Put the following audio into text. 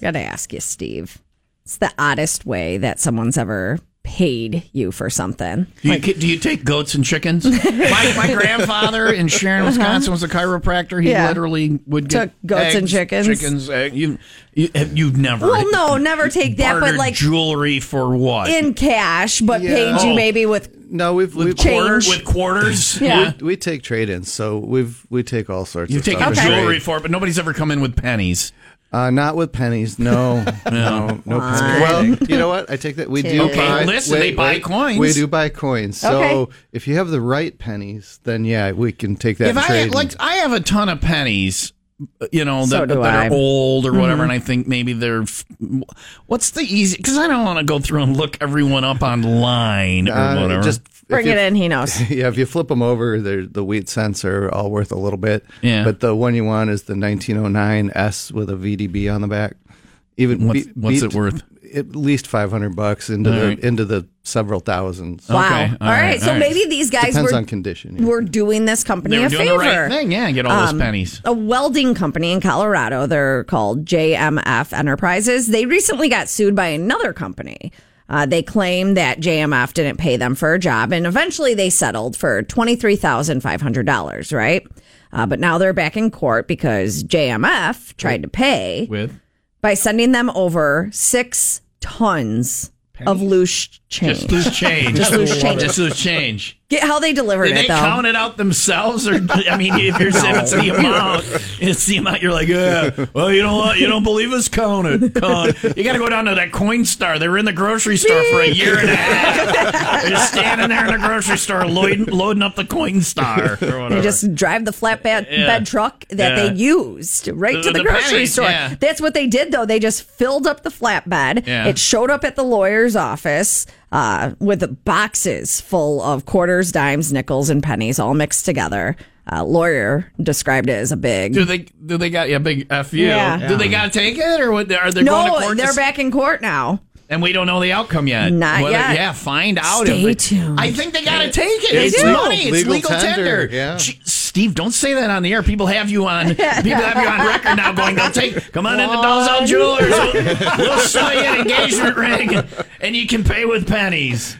Gotta ask you, Steve. It's the oddest way that someone's ever paid you for something. Do you, do you take goats and chickens? my, my grandfather in Sharon, Wisconsin, was a chiropractor. He Uh-huh. Yeah. literally would get Took goats and eggs, chickens. Chickens. egg- You, you, you've never. Well, no, never take that, but bartered like jewelry for what? in cash, but paid you Oh. maybe with No, we've we've change. Quarter- with quarters. Yeah. we take trade-ins, so we've we take all sorts. You of take stuff. Okay. jewelry for it, but nobody's ever come in with pennies. Uh, not with pennies. No, no, no. pennies. Well, you know what? I take that. We do Okay, buy. listen, they buy coins. We do buy coins. So Okay. if you have the right pennies, then yeah, we can take that. if and I trade. like, I have a ton of pennies, you know, that, So do I. Mm-hmm. that are old or whatever, and I think maybe they're. f- What's the easy? Because I don't want to go through and look everyone up online or Uh, whatever. just if bring you- it in, he knows. Yeah, if you flip them over, they're, the wheat cents are all worth a little bit. Yeah. But the one you want is the 1909 S with a VDB on the back. Even What's- what's it worth? At least 500 bucks into All the right. into the several thousands. Wow. Okay, all right, So maybe these guys Depends were, on condition. yeah. were doing this company they were a doing favor. the right thing. Yeah, get all Um, those pennies. a welding company in Colorado. They're called JMF Enterprises. They recently got sued by another company. Uh, they claim that JMF didn't pay them for a job, and eventually they settled for twenty three thousand five hundred dollars. Right, uh, but now they're back in court because JMF tried to pay With by sending them over six tons of loose change. just lose change. just lose change. Just lose change. Get how they delivered Did it they though. count it out themselves, or I mean, if you're saying it's the amount, it's the amount. You're like, yeah, well, you know what? You don't believe us? Count it. Count. it." You got to go down to that coin star. They were in the grocery store for a year and a half. They're standing there in the grocery store loading, loading up the coin star. Or whatever. They just drive the flatbed Yeah. bed truck that Yeah. they used right The- to the, the grocery pennies, store. yeah. That's what they did, though. They just filled up the flatbed. Yeah. It showed up at the lawyer's office uh, with boxes full of quarters, dimes, nickels, and pennies all mixed together. Uh, lawyer described it as a big. do they do they got yeah big fu? Yeah. Do they got to take it or what? Are they going to no, court? they're to- back in court now. and we don't know the outcome yet. Not Whether- yet. Yeah, find out. Stay if they- tuned. I think they got to take it. They it's do. money. It's legal, Legal tender. tender, yeah. Gee, Steve, don't say that on the air. People have you on. People have you on record now. Going, they'll take. Come on into Dolls Out Jewelers. We'll, we'll sell you an engagement ring, and you can pay with pennies.